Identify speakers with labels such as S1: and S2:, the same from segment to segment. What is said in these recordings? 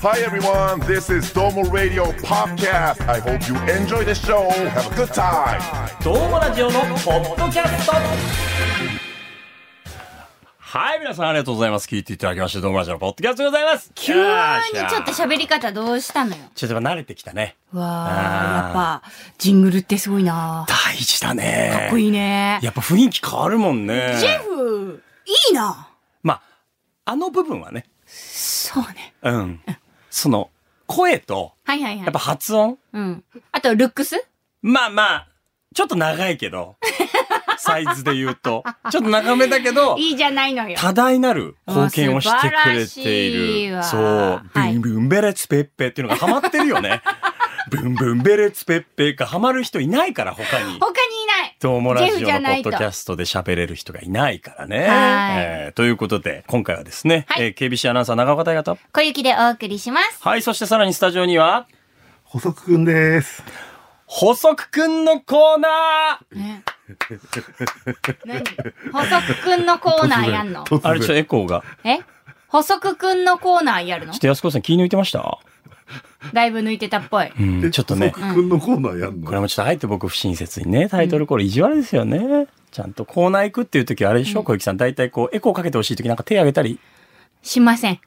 S1: Hi everyone, this is Domo Radio Podcast. I hope you enjoy the show. Have a good time.
S2: どうもラジオのポッドキャストはい、皆さんありがとうございます。聞いていただきまして、どうもラジオのポッドキャストでございます。
S3: 急にちょっと
S2: ゃ
S3: 喋り方どうしたのよ。
S2: ちょっとやっぱ慣れてきたね。
S3: わ
S2: あー
S3: あ、やっぱ、ジングルってすごいな。
S2: 大事だね。
S3: かっこいいね。
S2: やっぱ雰囲気変わるもんね。
S3: ジェフ、いいな。
S2: まあ、あの部分はね、
S3: そうね。
S2: うん。その、声と、
S3: はいはいはい。
S2: やっぱ発音
S3: うん。あと、ルックス
S2: まあまあ、ちょっと長いけど、サイズで言うと。ちょっと長めだけど、
S3: いいじゃないのよ。
S2: 多大なる貢献をしてくれてい
S3: あ
S2: る。
S3: ー素
S2: そ
S3: 晴ら
S2: う
S3: しいわ。
S2: ブ
S3: はい
S2: ンブンベレツペッペっていうのがハマってるよ ね。ブンブンベレツペッペがハマる人いないから、他に。
S3: 他にいない。
S2: どうもラジオ
S3: ジェ
S2: の
S3: フじ
S2: ポ
S3: ゃな
S2: ッ
S3: い
S2: ド
S3: と
S2: キャストで喋れる人がいないからね。
S3: はい
S2: えーということで、今回はですね、
S3: はい
S2: えー KBC アナウンサー長岡大方。
S3: 小雪でお送りします。
S2: はい、そしてさらにスタジオには、
S4: 補足くんです。
S2: 補足くんのコーナー
S3: ね 何補足くんのコーナーやんの
S4: 突然
S2: あれ、ちょっとエコーが。
S3: え補足くんのコーナーやるの
S2: ちょっと安子さん気抜いてました
S3: だいぶ抜いてたっぽい。
S2: うん、ちょっとね。
S4: 補足くんのコーナーやんの。
S2: これもちょっとあえて僕不親切にね、タイトルこれ意地悪ですよね。ちゃんとコーナー行くっていう時あれでしょ、小雪さん。大体こう、エコーかけてほしい時なんか手挙げたり
S3: しません。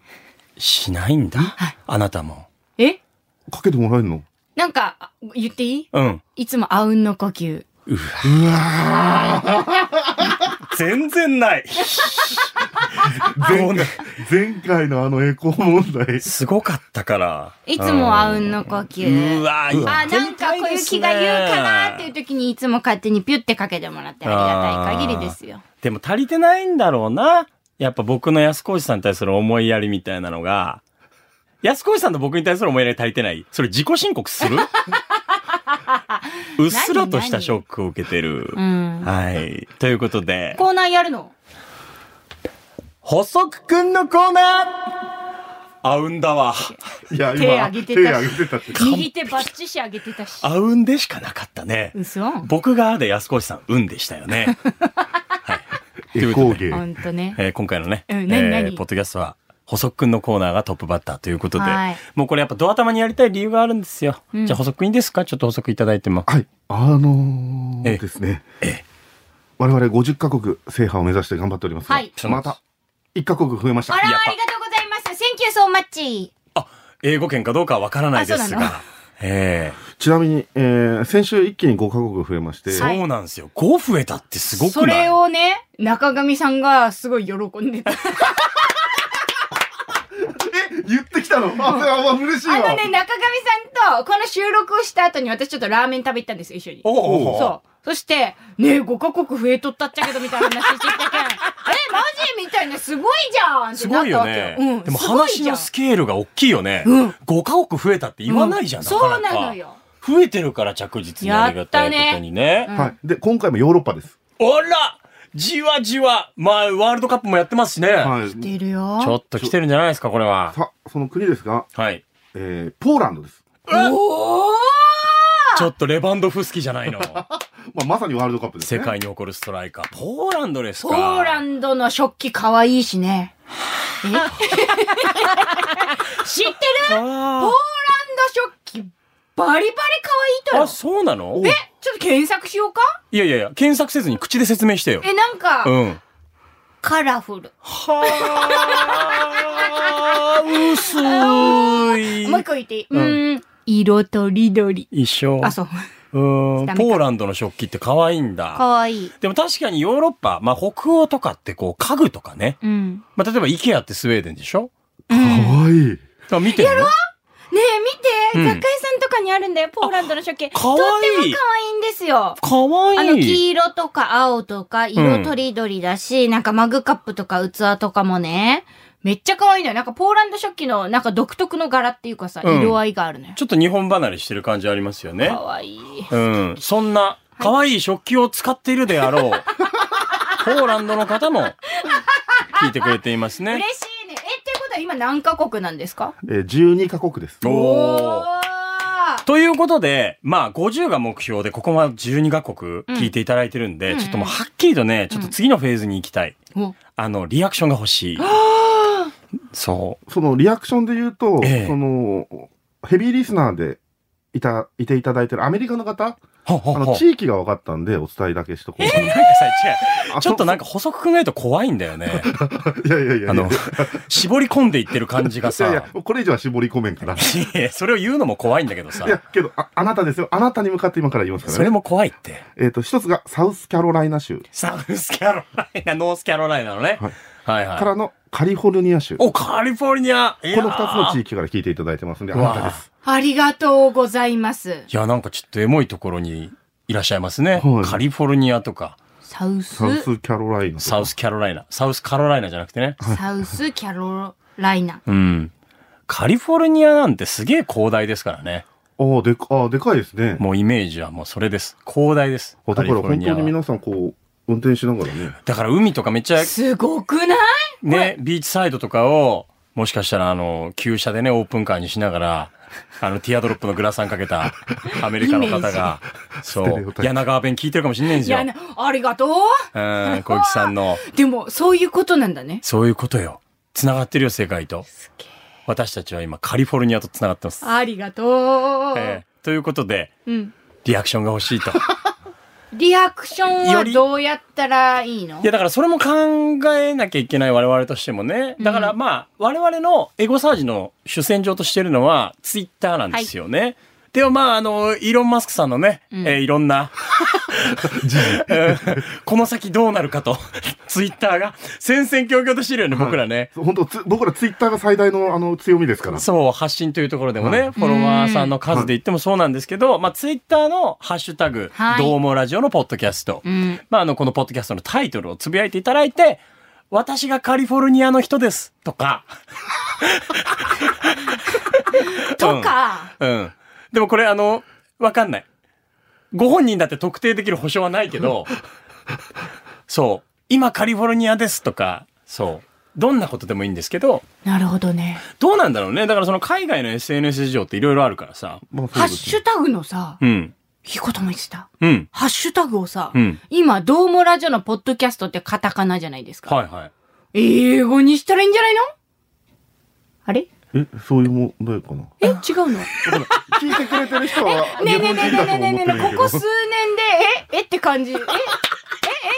S2: しないんだ。あなたも。
S3: え
S4: かけてもらえるの。
S3: なんか、あ言っていい
S2: うん。
S3: いつもあうんの呼吸。
S2: 全然 ない。
S4: 前回、前回のあのエコー問題。
S2: すごかったから。
S3: いつもあうんの呼吸。
S2: うわー
S3: あ、なんか小雪が言うかなっていう時にいつも勝手にピュってかけてもらってありがたい限りですよ。
S2: でも足りてないんだろうな。やっぱ僕の安子さんに対する思いやりみたいなのが、安子さんと僕に対する思いやり足りてない。それ自己申告するうっすらとしたショックを受けてる。
S3: うん。
S2: はい。ということで、
S3: コーナーやるの
S2: 補足くんのコーナーあうんだわ。
S4: いや、
S3: 手
S4: 今、
S3: 挙げてたし
S4: 手挙げてたって。
S3: 右手バッチシ上げてたし。
S2: あうんでしかなかったね。
S3: 嘘
S2: 僕があで安子さん、うんでしたよね。はい。とい
S4: エ
S2: うこと
S4: コ
S2: で
S4: ーゲ
S3: ほ
S4: ー。
S3: んとね。
S2: えー今回のね、
S3: うん何何
S2: えーポッドキャストは、細くんのコーナーがトップバッターということで
S3: はい、
S2: もうこれやっぱドア玉にやりたい理由があるんですよ。
S3: うん
S2: じゃあ補足いいですかちょっと補足いただいても。
S4: はい。あの
S2: ええ
S4: ー、ですね
S2: え。
S4: 我々50カ国制覇を目指して頑張っておりますが。
S3: はい
S4: また、1カ国増えまし
S3: あ
S4: た。
S3: ら、
S2: やっぱ
S3: ありがとうございます。Thank you so much.
S2: あ、英語圏かどうかはわからないで
S3: あ
S2: す
S3: そうな
S2: が。え
S4: ちなみに、えー先週一気に5カ国増えまして
S2: え、
S3: はい
S2: そうなんですよ。5増えたってすごくない
S3: それをね、中上さんがすごい喜んでた。
S4: え言ってきたのあ、嬉しい
S3: あの
S4: わ。
S3: ね、中上さんとこの収録をした後に私ちょっとラーメン食べ行ったんですよ、一緒に。
S2: おうおう
S3: そう。そして、ねえ、5カ国増えとったっちゃけど、みたいな話して たけん。え、マジみたいな、すごいじゃんって
S2: す
S3: な
S2: ご
S3: っ
S2: い
S3: た
S2: よ
S3: わけよ。
S2: ね。
S3: うん。
S2: でも
S3: すごい
S2: 話
S3: じゃん
S2: のスケールが大きいよね。
S3: うん
S2: 5家億増えたって言わないじゃん、
S3: うん
S2: なかなか
S3: そうなのよ。
S2: 増えてるから着実にありがたいことにね。
S3: ね
S4: はい。で、今回もヨーロッパです。
S2: あらじわじわまあ、ワールドカップもやってますしね。
S4: はい。
S3: 知ってる
S2: ちょ
S3: よ。
S2: っと来てるんじゃないですか、これは。
S4: さ、その国ですが、
S2: はい。
S4: えー、ポーランドです。
S3: おー
S2: ちょっとレバンドフスキじゃ ないの。
S4: まあ、まさにワールドカップです
S2: 世
S4: ね。
S2: 界に起こるストライカー。ポーランドですか。
S3: ポーランドの食器かわいいしね。え 知ってるポーラン
S2: あ
S3: ド食器、バリバリ可愛いと
S2: ー
S3: よ
S2: あ、。そうなの
S3: え、ちょっと検索しようか
S2: いやいやいや、検索せずに口で説明してよ。
S3: え、なんか、
S2: うん。
S3: カラフル。
S2: はあ、薄い。
S3: もう一個言っていい、
S2: う
S3: うんーん、色とりどり。
S2: 一緒。
S3: あ、そう。
S2: うーん
S3: ダメか
S2: ポーランドの食器って可愛いん
S3: か
S2: だ。
S3: わいい。
S2: でも確かにヨーロッパ、まあ北欧とかってこう家具とかね。
S3: うん。
S2: まあ例えば IKEA ってスウェーデンでしょ
S4: かわいい。
S2: あ見てるの
S3: ねえ、見て、
S2: うん
S3: 雑貨屋さんとかにあるんだよ、ポーランドの食器。とって
S2: か
S3: も
S2: わ
S3: 可
S2: いい
S3: 愛いんですよ。
S2: 可
S3: あ
S2: 愛
S3: の、
S2: い
S3: 黄色とか青とか、
S2: うん
S3: 色とりどりだし、なんかマグカップとか器とかもね、めっちゃ可愛いのよ。なんかポーランド食器の、なんか独特の柄っていうかさ、
S2: うん
S3: 色合いがあるのよ。
S2: ちょっと日本離れしてる感じありますよね。
S3: 可愛いい。
S2: うん。そんな、可愛い食器を使っているであ ろう。ポーランドの方も、聞いてくれています
S3: 嬉
S2: ね。
S3: しいね。え、っていうことは今何カ国なんですか
S4: えー、12カ国です。
S2: おー。
S3: ー
S2: ということで、まあ、50が目標で、ここまで12カ国聞いていただいてるんで、
S3: うん
S2: ちょっともうはっきりとね、ちょっと次のフェーズに行きたい。
S3: お
S2: あの、リアクションが欲しい。そ
S4: そのリアクションで言うと、
S2: ええ
S4: そのヘビーリスナーでいたいていただいてるアメリカの方、
S2: う。ほうほう
S4: あ
S2: ほ
S4: の
S2: う。
S4: 地域が分かったんで、お伝えだけしとこうか
S2: なんかさ、違
S4: な
S2: う。ちょっとなん
S4: か、
S2: か補足考えると怖いんだよ ね。
S4: いやいやいやいや、
S2: あの、絞り込んでいってる感じが
S4: いやいや
S2: さ。、
S4: これ以上は絞り込めんから。い
S2: いやそれを言うのも怖いんだけどさ。
S4: や、けどあ、あなたですよ。あなたに向かって今から言いますか
S2: そ
S4: ら
S2: れ
S4: ね。
S2: も怖いって。
S4: えっ、と、一つがサウスカロライナ州
S2: サウスカロライナ、ノースカロライナのね。
S4: はい
S2: はいはい。
S4: からのカリフォルニア州。こ
S2: お、カリフォルニアこ
S4: の二つの地
S2: 域。
S4: 域から聞いていただいてますんで、あ
S2: うわ
S4: なたです。
S3: ありがとうございます。
S2: いや、なんかちょっとエモいところにいらっしゃいますね
S4: はい。
S2: カリフォルニアとか、
S3: サウス
S4: サ、ウスカロライナ。
S2: サウスカロライナ。サウスカロライナじゃなくてね。
S3: サウスキャロライナ。
S2: うん。カリフォルニアなんてすげえ広大ですからね。
S4: ああ、でか、ああ、でかいですね。
S2: もうイメージはもうそれです。広大です。
S4: あだ
S2: カ
S4: か
S2: リ
S4: ら
S2: フォル
S4: 本
S2: ニア
S4: 当に
S2: は。
S4: 皆さんこう、運転しながらね。
S2: だから海とかめっちゃ
S3: すごくない
S2: ね、ビーチサイドとかを、もしかしたらあの、旧車でね、オープンカーにしながら、あの、ティアドロップのグラサンかけたアメリカの方が、
S4: ス
S2: そ
S4: テレオ
S2: う
S4: タイ、プ
S2: 柳川弁聞いてるかもしれないんで
S3: い
S2: すよ。
S3: や
S2: う
S3: な、ありがとう。
S2: ん、小雪さんの、
S3: でも、そういうことなんだね。
S2: そういうことよ。繋がってるよ、世界と。私たちは今、カリフォルニアと繋がってます。
S3: ありがとう。
S2: ええということで、
S3: うん。
S2: リアクションが欲しいと。
S3: リアクション
S2: よ
S3: は
S2: り
S3: どうやったらいいの
S2: いや、だからそれも考えなきゃいけない我々としてもね。だからまあ、我々のエゴサージの主戦場としてるのは、ツイッターなんですよね。でもまあ、あの、イーロン・マスクさんのね、えーいろん な、 えーこの先どうなるかと、 ツイッターが戦々恐々としてるよね、僕らね。
S4: 本当つ僕らツイッターが最大のあの強みですから。
S2: そう、発信というところでもね、
S4: は
S2: フォロワーさんの数で言ってもそうなんですけど、まあ、ツイッターのハッシュタグ、
S3: はい
S2: どうもラジオのポッドキャスト、
S3: ん
S2: まあ、あの、このポッドキャストのタイトルをつぶやいていただいて、私がカリフォルニアの人です、とか、
S3: とか、
S2: うん。でもこれあの、わかんない。ご本人だって特定できる保証はないけ ど、そう、今カリフォルニアですとか、そう、どんなことでもいいんですけど、
S3: なるほどね。
S2: どうなんだろうね。だからその海外の SNS 事情っていろいろあるからさ。
S4: まあそう
S3: ハッ
S4: です
S3: シ
S4: ね
S3: ュタグのさ、
S2: うん。
S3: いいことも言ってた。
S2: うん。
S3: ハッシュタグをさ、
S2: うん
S3: 今、どうもラジオのポッドキャストってカタカナじゃないですか。
S2: はいはい。
S3: 英語にしたらいいんじゃないのあれ
S4: え、そういう問題 かな。
S3: え、違うの
S4: 聞いてくれてる人は
S3: ねえ
S4: 日
S3: ねえ
S4: 本
S3: ねえね
S4: 人だと
S3: えね
S4: 思
S3: えねえねえ
S4: ってるん
S3: こ
S4: やけ
S3: こ
S4: ど
S3: 数。年で、え、えって感じ。え、え、え、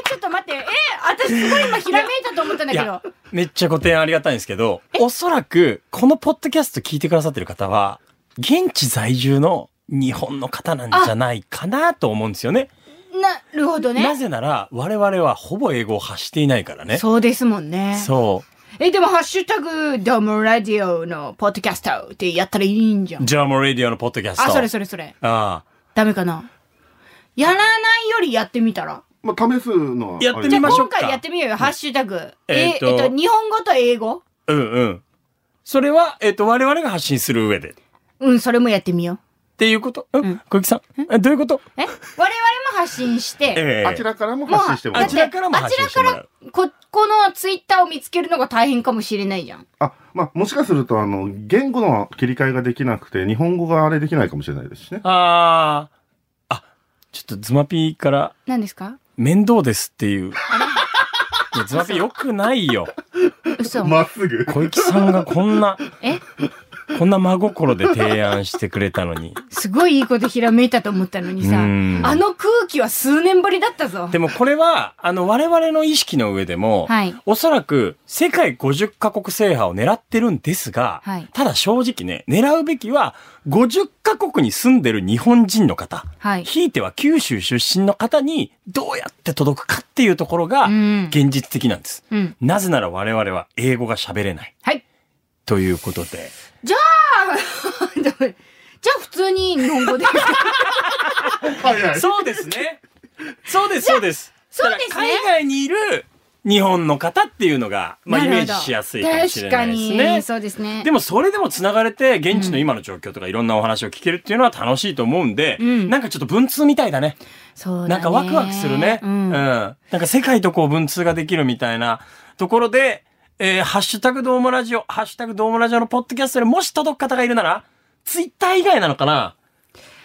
S3: ちょっと待って。え、私すごい今ひらめいたと思ったんだ
S2: い
S3: け
S2: や
S3: ど。、
S2: めっちゃご提案ありがたいんですけど、おそらく、このポッドキャスト聞いてくださってる方は、現地在住の日本の方なんじゃないかなと思うんですよね。
S3: なるほど
S2: な
S3: ね。
S2: ぜなら、我々はほぼ英語を発していないからね。
S3: そうですもんね。
S2: そ
S3: え、でもハッシュタグ、ドームラディオのポッドキャストってやったらいいんじゃ
S2: う。
S3: ん。
S2: ジャーモレディオのポッドキャスト。
S3: あ、それ
S2: れ。
S3: それそれ。
S2: ああ。
S3: ダメかなやらないよりやってみたら。
S4: まあ、試すのはあり。
S2: やってみましょう
S3: 今回やってみようよ。ハッシュタグ。え、
S2: え
S3: えっ
S2: っと
S3: と、日本語と英語
S2: うんうん。それは、えっ、と、我々が発信する上で。っ
S3: うん、それもやってみよう。
S2: ていうことうん、小雪さん。えどういうこと
S3: え我々も発信して、
S2: え
S4: あちらからも発信しても
S2: あ
S4: らう
S2: ち。らからも発信してもらう
S3: あちらからこ、このツイッターを見つけるのが大変かもしれないじゃん。
S4: あ、まあ、もしかすると、あの、言語の切り替えができなくて、日本語があれできないかもしれないですしね。
S2: ああ。あ、ちょっとズマピーから、
S3: 何ですか
S2: 面倒ですって いう。いやズマピー良くないよ。
S3: 嘘。
S4: まっすぐ。
S2: 小雪さんがこんな、
S3: え
S2: こんな真心で提案してくれたのに。
S3: すごいいいことひらめいたと思ったのにさ、あ
S2: うん
S3: の空気は数年ぶりだったぞ
S2: で。もこれは、あの、我々の意識の上でも、
S3: はい
S2: おそらく世界50カ国制覇を狙ってるんですが、
S3: はい
S2: ただ正直ね、狙うべきは50カ国に住んでる日本人の方、
S3: はい。
S2: ひいては九州出身の方にどうやって届くかっていうところが
S3: うん
S2: 現実的なんです。
S3: うん。
S2: なぜなら我々は英語が喋れない
S3: はい。
S2: ということで、
S3: じゃあ、普通に日本 語で。
S4: はいはい。
S2: そうですね。そうです、そうです。
S3: そうです
S2: だ
S3: ね
S2: から海外にいる日本の方っていうのが、まあ、
S3: な
S2: イ
S3: るほ
S2: メ
S3: ど
S2: ージしやすいかもしれないです
S3: 確かに、
S2: ね。
S3: そうですね。
S2: でもそれでもつながれて現地の今の状況とかいろんなお話を聞けるっていうのは楽しいと思うんで、
S3: うん
S2: なんかちょっと文通みたいだね。
S3: そう
S2: な
S3: だね
S2: んかワクワクするね。
S3: う
S2: うん
S3: ん。
S2: なんか世界とこう文通ができるみたいなところで、えーハッシュタグどうもラジオ、ハッシュタグどうもラジオのポッドキャストでもし届く方がいるなら、ツイッター以外なのかな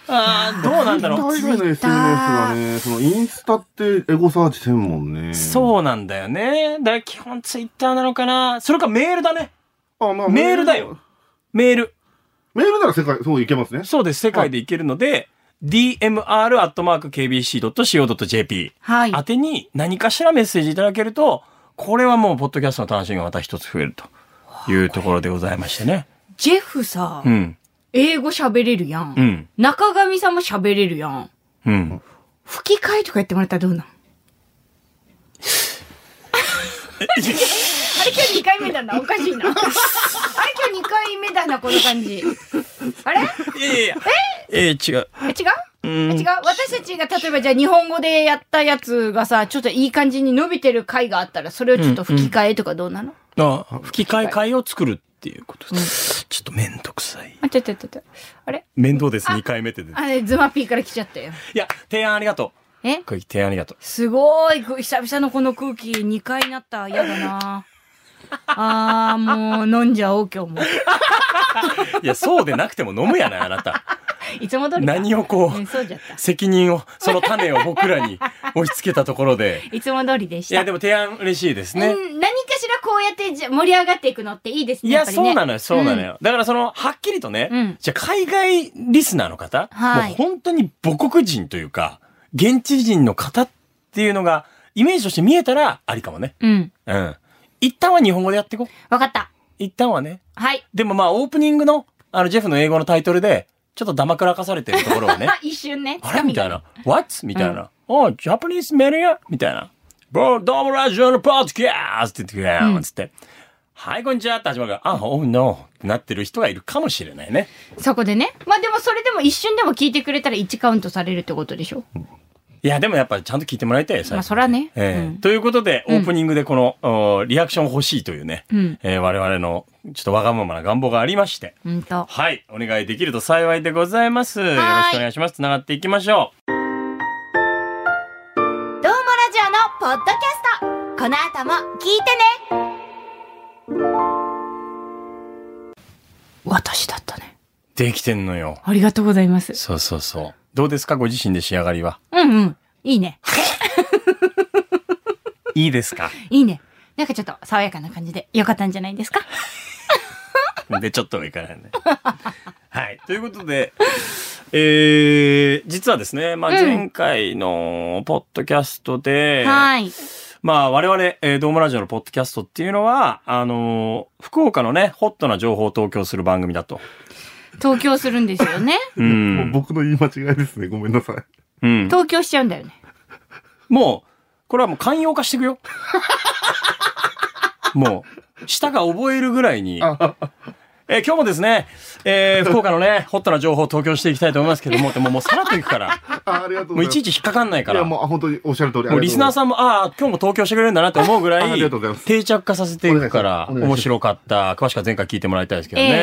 S2: あーどうなんだろう。
S4: 海外の SNS はね、そのインスタってエゴサーチ専門ね。う。
S2: そうなんだよね。だから基本ツイッターなのかなそれかメールだね。
S4: あまあ
S2: メールだよ。メール。
S4: メールなら世界、そういけますね。
S2: そうです。世界でいけるので、dmr.kbc.co.jp
S3: はい。
S2: 宛てに何かしらメッセージいただけると、これはもう、ポッドキャストの楽しみがまた一つ増えるというところでございましてね。
S3: ジェフさ、
S2: うん。
S3: 英語喋れるやん。
S2: うん
S3: 中上さんも喋れるやん。
S2: うん。
S3: 吹き替えとかやってもらったらどうなんあれ今日2回目だな。おかしいな。あれ今日2回目だな、この感じ。あれ
S2: いやいやいや。えー違う。
S3: え違うえ違う私たちが例えばじゃあ日本語でやったやつがさ、ちょっといい感じに伸びてる回があったら、それをちょっと吹き替えとかどうなの、
S2: あ吹き替え会を作るっていうことです。ちょっとめんどくさい。
S3: あ、ちょちょちょちょ。あれ
S2: 面倒です、2回目って出て。
S3: あれ、ズマピーから来ちゃったよ。
S2: いや、提案ありがと
S3: え
S2: う。小池提案ありがとう。
S3: すごい、こ久々のこの空気2回なった。嫌だな。あー、もう飲んじゃおう、今日も。
S2: いや、そうでなくても飲むやない、あな た。
S3: いつも通りだ。
S2: 何をこ
S3: う、、
S2: うん
S3: そうじゃった。
S2: 責任を、その種を僕らに押し付けたところで。
S3: いつも通り でし
S2: い
S3: た。
S2: や、でも提案嬉しいですね
S3: う。ん、何かしらこうやってじゃ盛り上がっていくのっていいですね。
S2: い
S3: や
S2: や、
S3: っぱりね
S2: そうなのよ、そうなの
S3: ん
S2: よ。だからその、はっきりとね、
S3: うん
S2: じゃあ海外リスナーの方、
S3: はい
S2: もう本当に母国人というか、現地人の方っていうのが、イメージとして見えたらありかもね。
S3: うん。
S2: うん。一旦は日本語でやっていこう。
S3: わかった。
S2: 一旦はね。
S3: はい。
S2: でもまあ、オープニングの、あの、ジェフの英語のタイトルで、ちょっとダマくらかされてるところをね
S3: あ、、一瞬ね。
S2: あれみたい
S3: な。
S2: な。What? みたいな。おジャパニーズメディアみたいな。Bro, どうもラジオのポッドキャストって言ってくれよつって。はい、こんにちはって始まるから、あ、oh no ってなってる人がいるかもしれないね。
S3: そこでね。まあでもそれでも一瞬でも聞いてくれたら1カウントされるってことでしょ。
S2: いや、でもやっぱちゃんと聞いてもらいたいよ、最
S3: まあ
S2: 初
S3: そらね。
S2: ええ
S3: うん
S2: ということで、オープニングでこの、おリアクション欲しいというね、
S3: うん
S2: えー我々のちょっとわがままな願望がありまして、
S3: うんと。
S2: はい、お願いできると幸いでございます。よろしくお願いします。つながっていきましょう。
S3: どうもラジオのポッドキャストこの後も聞いてね私だったね。
S2: できてんのよ。
S3: ありがとうございます。
S2: そうそうそう。どうですかご自身で仕上がりは。
S3: うんうん。いいね。
S2: いいですか
S3: いいね。なんかちょっと爽やかな感じでよかったんじゃないですか
S2: で、ちょっとはいかないね。 はい。ということで、えー、実はですね、まあ、
S3: うん
S2: 前回のポッドキャストで、
S3: はい。
S2: まあ、我々、えー、ドームラジオのポッドキャストっていうのは、あのー福岡のね、ホットな情報を東京する番組だと。
S3: 東京するんですよね。
S2: うん。
S4: 僕の言い間違いですね。ごめんなさい。
S2: うん。
S3: 東京しちゃうんだよね。
S2: もう、これはもう寛容化していくよ。 もう、舌が覚えるぐらいに。えー今日もですね、えー福岡のね、ホットな情報を東京していきたいと思いますけども、でももうさらっといくから、
S4: あありがとうございます。
S2: もういちいち引っかかんないか
S4: い
S2: ら、
S4: や、
S2: も
S4: もう本当におっしゃる通り。
S2: うリスナーさんも、ああ、今日も東京してくれるんだなって思うぐら
S4: ああ
S2: い
S4: りがとうございます、
S2: 定着化させていくから、
S4: お願いしますお願いし
S2: 面
S4: ます
S2: 白かった。詳しくは前回聞いてもらいたいですけど
S3: え
S2: ね。
S3: え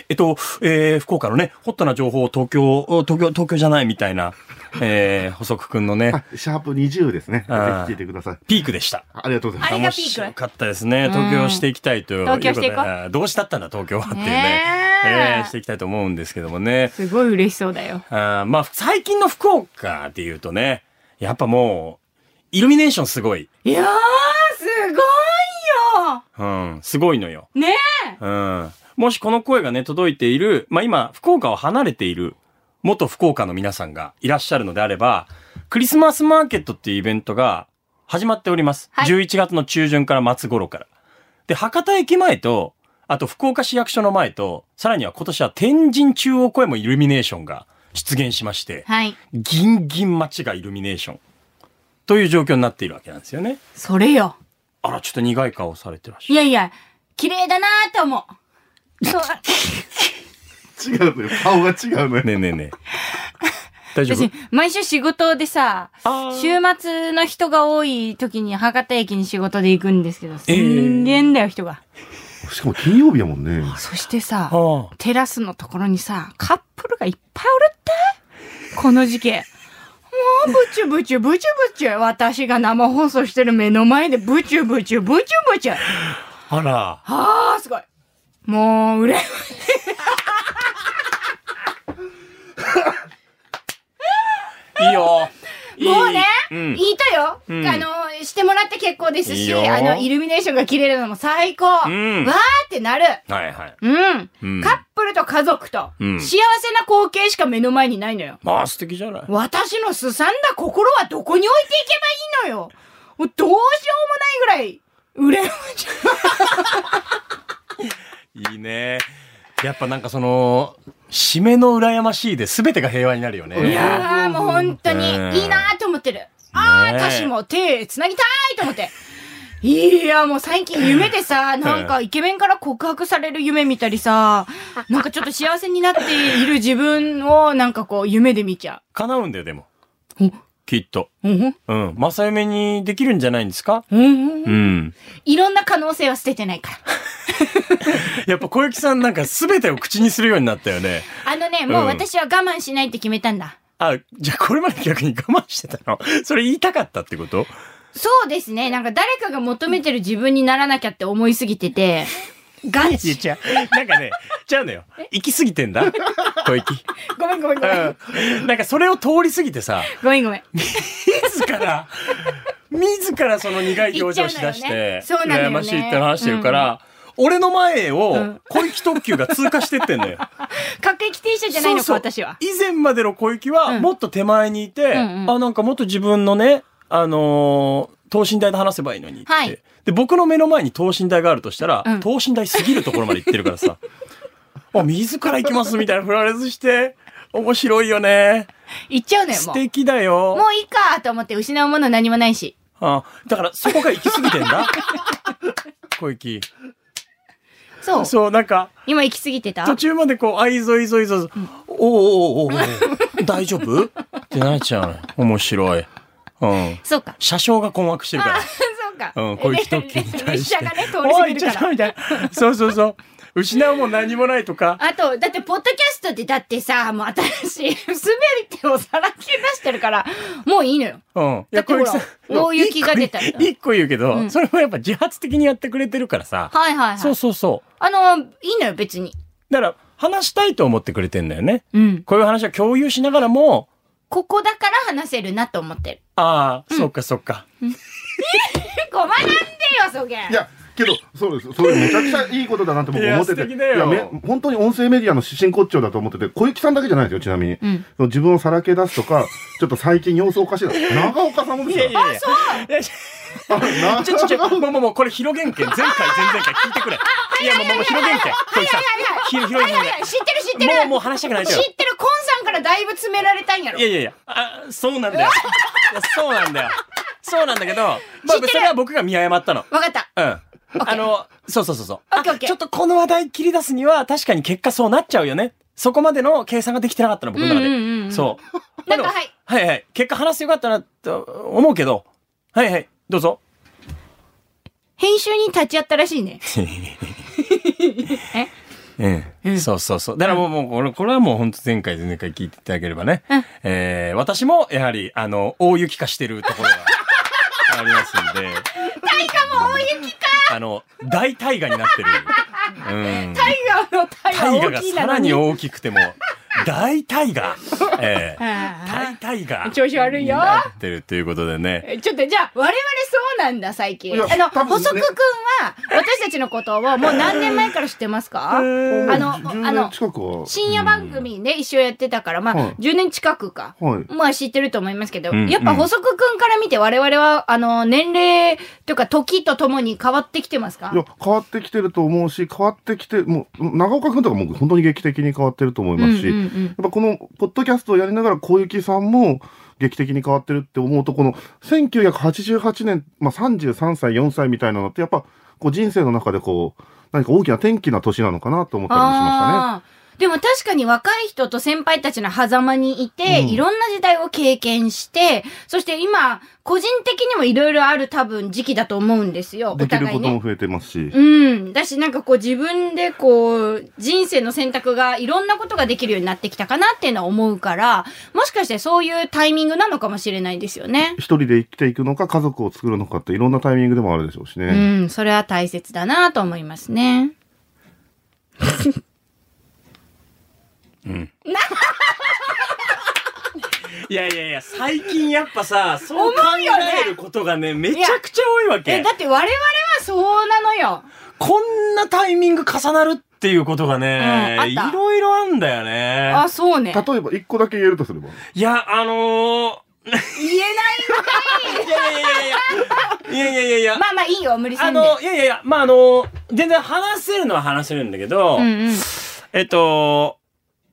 S2: ええっと、えー福岡のね、ホットな情報を東京、お東京、東京じゃないみたいな、えー、細くくんのね、
S4: ん。シャープ20ですね。ぜひ
S2: あー
S4: 聞いてください。
S2: ピークでした。
S4: ありがとうございます。
S3: あれがピーク
S2: 面白かったですね。東京していきたいということで。
S3: 東京していこう
S2: あーどうしたったんだ、東京はっていうね。
S3: ねえ
S2: えーしていきたいと思うんですけどもね。
S3: すごい嬉しそうだよ。
S2: あーまあ、最近の福岡で言うとね、やっぱもう、イルミネーションすごい。
S3: いやー、すごいよ
S2: うん、すごいのよ。
S3: ね
S2: うん。もしこの声がね、届いている、まあ今、福岡を離れている、元福岡の皆さんがいらっしゃるのであれば、クリスマスマーケットっていうイベントが始まっております。
S3: はい
S2: 11月の中旬から末頃から。で、博多駅前と、あと福岡市役所の前と、さらには今年は天神中央公園もイルミネーションが出現しまして、
S3: はい。
S2: ギンギン街がイルミネーションという状況になっているわけなんですよね。
S3: それよ。
S2: あら、ちょっと苦い顔されてらっしゃる
S3: いやいや、綺麗だなーって思う。 そう、
S4: 違うのよ。顔が違うのよ。
S2: ねえねえねえ。大丈夫
S3: 私、毎週仕事でさ、
S2: あー
S3: 週末の人が多い時に博多駅に仕事で行くんですけど、す
S2: え
S3: んげんだよ、人が。
S4: しかも金曜日やもんね。
S3: そしてさ、
S2: ああ
S3: テラスのところにさ、カップルがいっぱいおるってこの時期。もう、ブチュブチュ、ブチュブチュ。私が生放送してる目の前で、ブチュブチュ、ブチュブチュ。
S2: あら。
S3: あー、すごい。もう、うれ、
S2: いいよ。いいい
S3: もうね、
S2: うん
S3: いいとよ、
S2: うん
S3: あの、してもらって結構です
S2: いい
S3: し、
S2: よ
S3: あの、イルミネーションが切れるのも最高、
S2: ん
S3: わーってなる。
S2: はいはい。
S3: うん。
S2: うん
S3: カップルと家族と、
S2: うん
S3: 幸せな光景しか目の前にないのよ。
S2: まあ素敵じゃない。
S3: 私のすさんだ心はどこに置いていけばいいのよ。もうどうしようもないぐらい、売れまし
S2: いいね。やっぱなんかその、締めの羨ましいで全てが平和になるよ
S3: い
S2: ね。
S3: やーもう本当に
S2: うん
S3: いいなーと思ってる。あー、
S2: ねえ
S3: 私も手繋ぎたいと思って。いやーもう最近夢でさ、なんかイケメンから告白される夢見たりさ、なんかちょっと幸せになっている自分をなんかこう夢で見ちゃ
S2: 叶うんだよ、でも。
S3: う。
S2: きっと。
S3: うん、うん、
S2: うん。正夢にできるんじゃないんですか
S3: うん、うん。
S2: ん。
S3: いろんな可能性は捨ててないから。
S2: やっぱ小雪さんなんか全てを口にするようになったよね。
S3: あのね、もううん私は我慢しないって決めたんだ。
S2: あ、じゃあこれまで逆に我慢してたのそれ言いたかったってこと
S3: そうですね、なんか誰かが求めてる自分にならなきゃって思いすぎてて、ガ
S2: いや
S3: チ。
S2: いや違う。なんかね、違うのよ。行き過ぎて んだ。小雪。
S3: ごめんごめんごめん。
S2: うん。なんかそれを通り過ぎてさ、
S3: ごめんごめん。
S2: 自ら、自らその苦い表情をしだし
S3: 言
S2: て、
S3: っちゃうのよ
S2: 羨
S3: ねそうなのよね
S2: ましいって話してるから、俺の前を小雪特急が通過してってんのよ。
S3: 各駅停車じゃないのか、
S2: そうそう
S3: 私は。
S2: 以前までの小雪は
S3: うん
S2: もっと手前にいて、
S3: うんうん
S2: あ、なんかもっと自分のね、あのー等身大で話せばいいのにって。
S3: はい
S2: で、僕の目の前に等身大があるとしたら、
S3: うん
S2: 等身大すぎるところまで行ってるから さ、あ、自ら行きますみたいな振られずして、面白いよね。
S3: 行っちゃうのよ、も
S2: 素
S3: う。
S2: 敵だよ。
S3: もういいかと思って失うもの何もないし。
S2: あだからそこが行き過ぎてん だ。小雪。
S3: そう。
S2: そう、なんか、
S3: 今行き過ぎてた
S2: 途中までこう、あいぞいぞいぞ、おおおうおうお う大丈夫ってなっちゃうのよ面白い。うん。
S3: そうか。
S2: 車掌が困惑してる
S3: あ
S2: か
S3: ー、 そうか。
S2: ら。うん、こういう時に対 して。
S3: 列車がね、通り過ぎる
S2: おい行っちゃった
S3: から。
S2: みたいな。そうそうそう。失うも何もないとか。
S3: あと、だって、ポッドキャストってだってさ、もう私、すべてをさらけ出してるから、もういいのよ。
S2: うん。い
S3: だってほら
S2: 小雪さん
S3: 大雪が出たら
S2: 一個一個言うけど、
S3: うん
S2: それもやっぱ自発的にやってくれてるからさ。
S3: はいはいは
S2: そう
S3: い。
S2: そうそ
S3: あの、いいのよ、別に。
S2: う。だから、話したいと思ってくれてんだよね。
S3: うん。
S2: こういう話は共有しながらも、
S3: ここだから話せるなと思ってる。
S2: ああ、そっかそっか。
S3: ごまなんでよ、そげん。
S4: いや、けど、そうです。それめちゃくちゃいいことだなと僕思って
S2: い
S4: て。
S2: や素敵だよ
S4: め本当に音声メディアの指針骨頂だと思ってて、小雪さんだけじゃないですよ、ちなみに。
S3: ん
S4: その自分をさらけ出すとか、ちょっと最近様子おかしいな。長岡さんもですよ。
S2: やいや。いやいや
S4: あ長岡
S2: ちょちょちょ、もうもうもうこれ広げんけん。前回前々回聞いてくれ。いやもうもうもう広げんけん。小雪さん。ひ広げんけん。
S3: いやいや、知ってる知ってる。
S2: もうもう話したくない
S3: 知
S2: よ
S3: ってる、コンさんからだいぶ詰められたんやろ。
S2: いやいやいや、あ、そうなんだよ。いやそうなんだよ。そうなんだけど、まあ、
S3: 知ってる
S2: それは僕が見誤ったの。
S3: わかった。
S2: うん。あの、そうそうそうそう。
S3: オッケーオッケー
S2: あちょっとこの話題切り出すには、確かに結果そうなっちゃうよね。そこまでの計算ができてなかったの、僕の中で。
S3: うんうんうんうん
S2: そう。まあで
S3: なんか
S2: も
S3: はい。
S2: はいはい。結果話してよかったな、と思うけど。はいはい。どうぞ。
S3: 編集に立ち会ったらしいね。え
S2: うん、そうそうそう。だからもう、もう、これ、これはもう本当前回、前々回聞いていただければね。
S3: うん
S2: えー私も、やはり、あの、大雪化してるところが ありますんで、
S3: 大河も大雪か
S2: あの、大大河になってる。うん。
S3: 大河の大
S2: 大
S3: 河
S2: 河
S3: 大
S2: が
S3: きい
S2: さ
S3: なの
S2: ら
S3: に。
S2: に大きくても、大大河。え ー
S3: あ
S2: 大大河。
S3: 調子悪いよ
S2: になってるということでね。
S3: ーちょっとじゃあ、我々そうなんだ、最近。
S4: いや
S3: あの、
S4: 多分
S3: 補足
S4: ね
S3: くんは、私たちのことをもう何年前から知ってますかあ
S2: ー
S3: の、
S4: 10
S3: あ
S4: 年
S3: の、
S4: 近くは。
S3: 深夜番組で一緒やってたから、ま
S4: は
S3: あ
S4: い、
S3: 10年近くか。
S4: はい。
S3: まあ知ってると思いますけど、
S2: うん
S3: やっぱ補足くんから見て我々は、あの、年齢というか時とともに変わってきてますか
S4: いや、変わってきてると思うし、変わってきて、もう、長岡くんとかも本当に劇的に変わってると思いますし、
S3: うんうんうん
S4: やっぱこの、ポッドキャストをやりながら、小雪さんも、劇的に変わってるって思うと、この、1988年、まあ、33歳、4歳みたいなのって、やっぱ、こう、人生の中でこう、何か大きな転機な年なのかなと思ったりもしま
S3: あーでも確かに若い人と先輩たちの狭間にいて、
S4: うん
S3: いろんな時代を経験して、そして今、個人的にもいろいろある多分時期だと思うんですよ。
S4: し
S3: お
S4: たね。できる
S3: 互い
S4: ことも
S3: ね。
S4: 増えてますし。
S3: うん。だしなんかこう自分でこう、人生の選択がいろんなことができるようになってきたかなっていうのは思うから、もしかしてそういうタイミングなのかもしれないですよね。
S4: 一人で生きていくのか、家族を作るのかって、いろんなタイミングでもあるでしょうしね。
S3: うん、それは大切だなと思いますね。
S2: いいやいやいや、最近やっぱさ、そう考
S3: 思うよね
S2: えることがね、めちゃくちゃ多いわ
S3: え、
S2: け
S3: だ。って我々はそうなのよ。
S2: こんなタイミング重なるっていうことがね、
S3: うんあっ
S2: い
S3: た
S2: ろいろあんだよね
S3: あ、。そうね。
S4: 例えば、一個だけ言えるとすれば。
S2: いや、あの
S3: 言えない
S2: ー、いやいやいやいやいや、いやいやいや
S3: の。まあまあいいよ、無理せ
S2: あ
S3: んで。
S2: の、いやいやいや、まああの、全然話せるのは話せるんだけど、
S3: うんうん。
S2: えっと、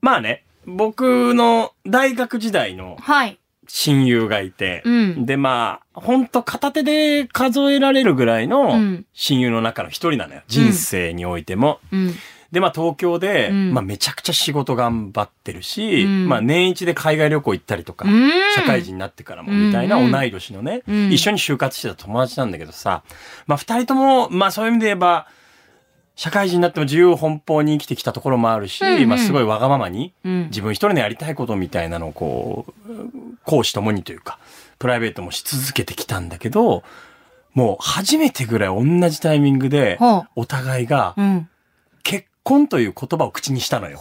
S2: まあね、僕の大学時代の
S3: はい。
S2: 親友がいて、
S3: うん
S2: でまあ、ほんと片手で数えられるぐらいうの
S3: ん
S2: 親友の中の一人なのよ。人生においても。
S3: うん。
S2: でまあ東京で、
S3: うん
S2: まあめちゃくちゃ仕事頑張ってるし、
S3: うん
S2: まあ年一で海外旅行行ったりとか、
S3: うん
S2: 社会人になってからもみたいな
S3: うんうん
S2: 同い年のね、
S3: うん
S2: 一緒に就活してた友達なんだけどさ、まあ二人とも、まあそういう意味で言えば、社会人になっても自由奔放に生きてきたところもあるし、
S3: うんうん
S2: まあすごいわがままに、
S3: うん
S2: 自分一人のやりたいことみたいなのをこう、講師ともにというか、プライベートもし続けてきたんだけど、もう初めてぐらい同じタイミングで
S3: ほう、
S2: お互いが
S3: うん。
S2: 結婚という言葉を口にしたのよ。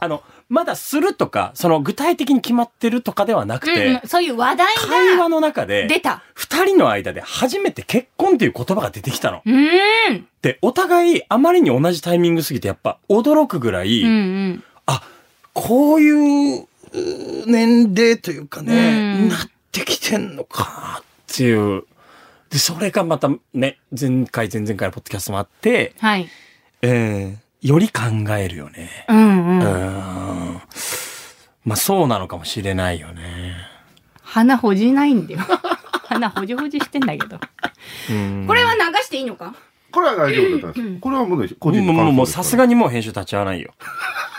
S2: あの、まだするとか、その具体的に決まってるとかではなくて、
S3: うんうんそういう話題
S2: 会話
S3: が
S2: の中
S3: 出
S2: で、
S3: た。
S2: 二人の間で初めて結婚っていう言葉が出てきたの。
S3: うーん。
S2: で、お互いあまりに同じタイミングすぎてやっぱ驚くぐらい、
S3: うんうん。
S2: あ、こういううー年齢というかね、
S3: うん
S2: なってきてんのかっていう。で、それがまたね、前回前々回のポッドキャストもあって、
S3: はい。
S2: えーより考えるよね。
S3: うん
S2: う
S3: うん。
S2: ん。まあそうなのかもしれないよね。
S3: 鼻ほじないんだよ。 鼻ほじほじしてんだけど。
S2: うん
S3: これは流していいのか
S4: これは大丈夫だったんです。これはもうね、個人の
S2: もう
S4: 感想
S2: もうもう
S4: です
S2: さ
S4: から
S2: すがにもう編集立ち会わないよ。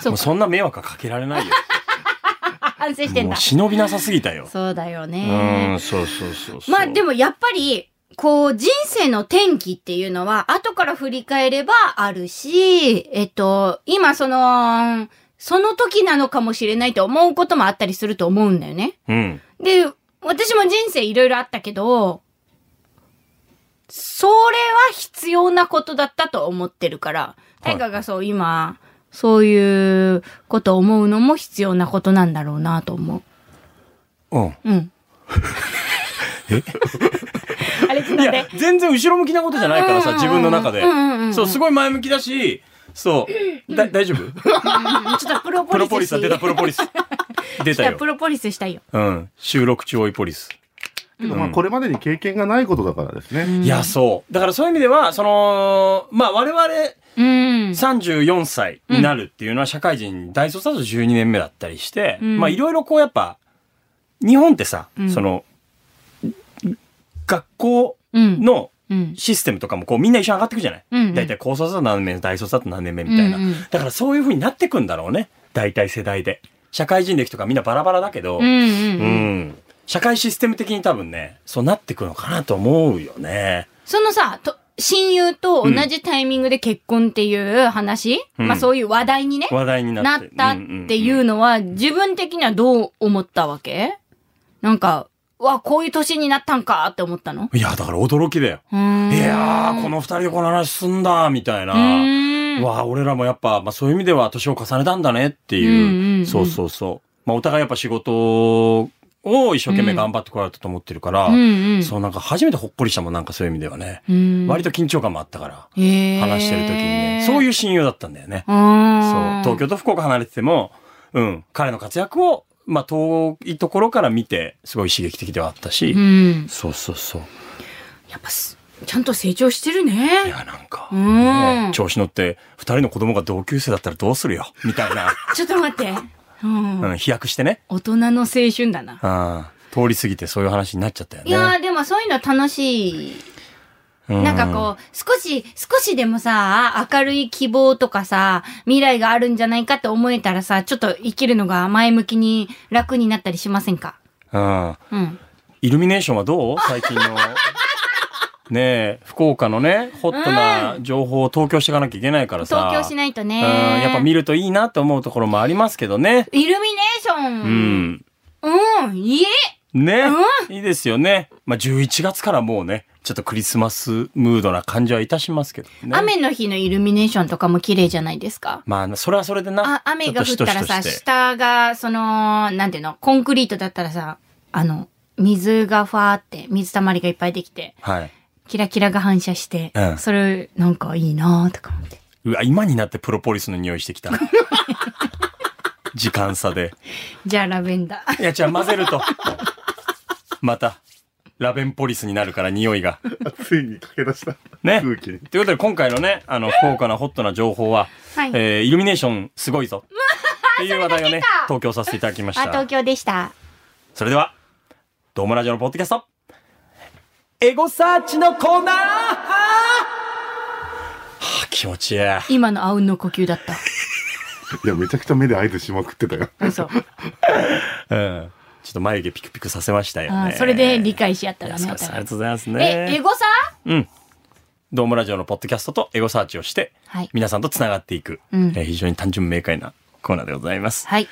S3: そう
S2: もうそんな迷惑はかけられないよ。
S3: あ、反省してん
S2: もう
S3: だ。
S2: 忍びなさすぎたよ。
S3: そうだよ
S2: う
S3: ね。
S2: ん、そうそうそうそう。
S3: まあで
S2: も、
S3: もやっぱり、こう人生の転機っていうのは後から振り返ればあるし、えっと、今その、その時なのかもしれないと思うこともあったりすると思うんだよね。
S2: うん。
S3: で、私も人生いろいろあったけど、それは必要なことだったと思ってるから、
S2: はい
S3: 大河がそう今、そういうことを思うのも必要なことなんだろうなと思う。
S2: うん。
S3: うん。 あれ、ちょっと
S2: い
S3: 待っ
S2: や
S3: て。、
S2: 全然後ろ向きなことじゃないからさ、
S3: うん
S2: 自分の中で
S3: うんうんうんう。ん
S2: そう、すごい前向きだし、そう、だ、大丈夫
S3: うんちょっとプロポ
S2: プ
S3: リス
S2: ロポリスだ、
S3: し
S2: 出た、プロポリス。出
S3: ち
S2: た
S3: ょっと
S2: よ
S3: プ。ロポリスしたいよ。
S2: うん。収録中追いポリス。
S4: けどまあ、これまでに経験がないことだからですね。
S2: いや、そう。だからそういう意味では、その、まあ我々、
S3: うん。
S2: 34歳になるっていうのは社会人大卒だと12年目だったりして、
S3: ん
S2: まあいろいろこうやっぱ、日本ってさ、
S3: ん
S2: その、学校
S3: うん。
S2: の
S3: うん。
S2: システムとかもこうみんな一緒に上がってくじゃない、
S3: うんうん
S2: 大体高卒だと何年目、大卒だと何年目みたいな。
S3: うんうん
S2: だからそういう風になってくんだろうね。大体世代で。社会人歴とかみんなバラバラだけど、
S3: うんうん
S2: う
S3: うん。
S2: ん社会システム的に多分ね、そうなってくのかなと思うよね。
S3: そのさ、と、親友と同じタイミングで結婚っていう話、
S2: うん
S3: まあそういう話題にね、
S2: 話題にな
S3: な
S2: っ。
S3: ってたっ
S2: んん
S3: ていうのは、自分的にはどう思ったわけなんか、うわ、こういう年になったんかって思ったの
S2: いや、だから驚きだよ。
S3: うーん。
S2: いやー、この二人でこの話すんだ、みたいうな。
S3: ーん。
S2: わあ、俺らもやっぱ、まあそういう意味では年を重ねたんだねっていう。
S3: うんうんうん
S2: そうそうそう。まあお互いやっぱ仕事を一生懸命頑張ってこられたと思ってるから、
S3: うんうん。
S2: そうなんか初めてほっこりしたもん、なんかそういう意味ではね。
S3: うん
S2: 割と緊張感もあったから、
S3: へー
S2: 話してる時にね。そういう親友だったんだよね。
S3: う。。
S2: そうん東京と福岡離れてても、うん、彼の活躍を、まあ遠いところから見て、すごい刺激的ではあったし。
S3: うん。
S2: そうそうそう。
S3: やっぱす、ちゃんと成長してる
S2: い
S3: ね。
S2: や、なんか、
S3: うん
S2: ね調子乗って、二人の子供が同級生だったらどうするよ、みたいな、
S3: ちょっと待って。うん。
S2: うん、飛躍してね。
S3: 大人の青春だな。
S2: あー通り過ぎてそういう話になっちゃったよね。
S3: いやー、でもそういうの楽し
S2: うん
S3: い。なんかこう、少し、少しでもさ、明るい希望とかさ、未来があるんじゃないかって思えたらさ、ちょっと生きるのが前向きに楽になったりしませんか
S2: うん。
S3: うん。
S2: イルミネーションはどう最近の。 ねえ、福岡のね、ホットな情報を東京していかなきゃいけないからさ。
S3: 東京しないとね。
S2: うん、やっぱ見るといいなと思うところもありますけどね。
S3: イルミネーション。
S2: う。ん。
S3: うん、いえ
S2: ね、いいですよね。まあ、11月からもうね、ちょっとクリスマスムードな感じはいたしますけどね。
S3: 雨の日のイルミネーションとかも綺麗じゃないですか。
S2: まあ、それはそれでな。
S3: あ、雨が降ったらさ、
S2: ちょっとしとしとして
S3: 下が、その、なんていうの、コンクリートだったらさ、あの、水がファーって、水たまりがいっぱいできて、
S2: はい。
S3: キラキラが反射して、
S2: うん
S3: それ、なんかいいなーとか思って。
S2: うわ、今になってプロポリスの匂いしてきた。 時間差で。
S3: じゃあ、ラベンダー。
S2: いや、じゃあ混ぜると。また、ラベンポリスになるから匂いが。
S4: ついに駆け出した。
S2: ね。とい
S4: 空
S2: う
S4: 気に。
S2: ことで今回のね、あの、高価なホットな情報は、
S3: はい
S2: えーイルミネーションすごいぞ。っていう話題をね、東京させていただきまし
S3: あ、
S2: た。
S3: 東京でした。
S2: それでは、ドームラジオのポッドキャスト、エゴサーチのコーナーはあ、気持ちいい。
S3: 今のあうんの呼吸だった。
S4: いや、めちゃくちゃ目で合図しまくってたよ。
S3: 嘘。
S2: うん。ちょっと眉毛ピクピクさせましたよ
S3: あ
S2: ね。
S3: それで理解し合った
S2: いや
S3: ら
S2: そう
S3: ね。
S2: で
S3: お
S2: すあり
S3: 互い
S2: がとうございます
S3: え、エ
S2: ね。
S3: ゴサ
S2: ドームラジオのポッドキャストとエゴサーチをして、
S3: はい
S2: 皆さんとつながっていく、
S3: うん
S2: えー非常に単純明快なコーナーでございます。
S3: はい。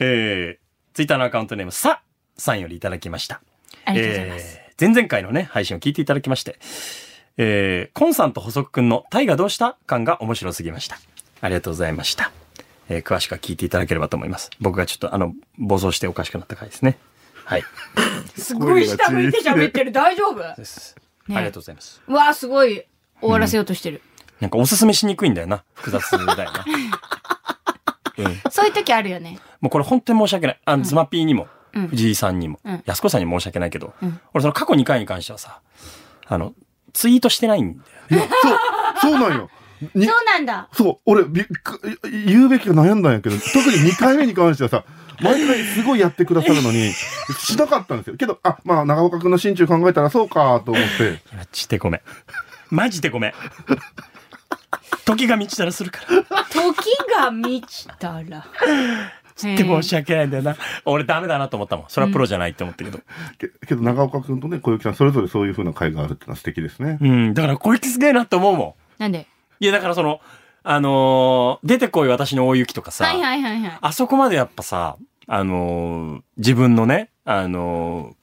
S2: えー、ツイッターのアカウントネーム、さ、さんよりいただきました。
S3: ありがとうございます。
S2: えー前々回のね、配信を聞いていただきまして、えー、コンさんと細くんのタイがどうした感が面白すぎました。ありがとうございました。えー詳しくは聞いていただければと思います。僕がちょっとあの、暴走しておかしくなった回ですね。はい。
S3: すごい下向いて喋ってる。大丈夫
S2: です。
S3: ね
S2: ありがとうございます。
S3: うわあ、すごい。終わらせようとしてる。
S2: なんかおすすめしにくいんだよな。複雑だよ な。うん、も
S3: そういう時あるよね。
S2: うこれ本当に申し訳ない。あの、ズマピーにも、
S3: うん
S2: 藤井さんにも、
S3: うん
S2: 安子さんにも申し訳ないけど、
S3: うん
S2: 俺その過去2回に関してはさ、あの、ツイートしてないんだよね。
S4: いや、そう、そうなんよ。に
S3: そうなんだ。
S4: そう、俺、びっく、言うべきか悩んだんやけど、特に2回目に関してはさ、毎回すごいやってくださるのに、しなかったんですよ。けど、あ、まあ、長岡君の心中考えたらそうか、と思って。
S2: マジでごめん。 マジでごめん。時が満ちたらするから。
S3: 時が満ちた ら。
S2: って申し訳ないんだよな。俺ダメだなと思ったもん。それはプロじゃないって思ったけど。
S4: けけど、長岡君とね、小雪さん、それぞれそういう風な会があるってのは素敵ですね。
S2: うん。だからこいつすげえなって思うも
S3: なんで
S2: ん。いや、だからその、あのー出てこい私の大雪とかさ、
S3: はいはいはいはい。
S2: あそこまでやっぱさ、あのー自分のね、あのー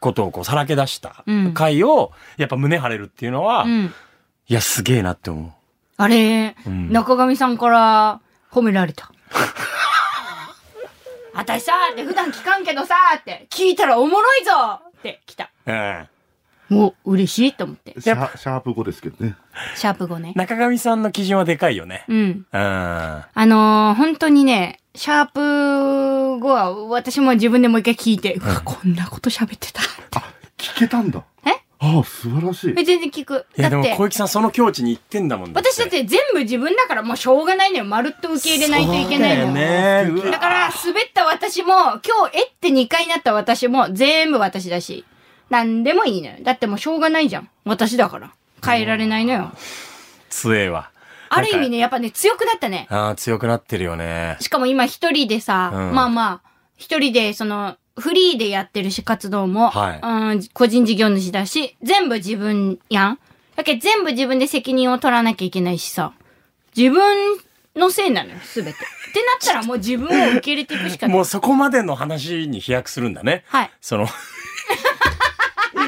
S2: ことをこうさらけ出した
S3: うん
S2: 回を、やっぱ胸張れるっていうのは、
S3: う
S2: い
S3: ん。
S2: や、すげえなって思
S3: あれ、
S2: うん
S3: 中上さんから褒められ た。あたしさーって普段聞かんけどさーって聞いたらおもろいぞって来た。
S2: う。うん。
S3: もう嬉しいと思って。
S4: シャシャープ5ですけどね。
S3: シャープ5ね。
S2: 中上さんの基準はでかいよね。
S3: うん。
S2: うん。
S3: あのー本当にね、シャープ5は私も自分でもう一回聞いて、うわ、こんなこと喋ってた。
S4: あ、聞けたんだ。
S3: え
S4: ああ、素晴らしい。
S3: え全然聞く。
S2: いやで
S3: だ
S2: も
S3: って、
S2: 小雪さんその境地に行ってんだもん
S3: 私だって全部自分だからもうしょうがないのよ。まるっと受け入れないといけないのよ。
S2: だよねうわ
S3: だから、滑った私も、今日えって2回なった私も、全部私だし。なんでもいいのよ。だってもうしょうがないじゃん。私だから。変えられないのよ。
S2: 強えわ
S3: ある意味ね、やっぱね、強くなったね。
S2: ああ強くなってるよね
S3: しかも今一人でさ、
S2: うん
S3: まあまあ、一人で、その、フリーでやってるし、活動も、
S2: は
S3: うん、個人事業主だし、全部自分やん。だけど全部自分で責任を取らなきゃいけないしさ、自分のせいなのよ、すべて。ってなったらもう自分を受け入れていくしかない。
S2: もうそこまでの話に飛躍するんだね
S3: はい
S2: その
S3: え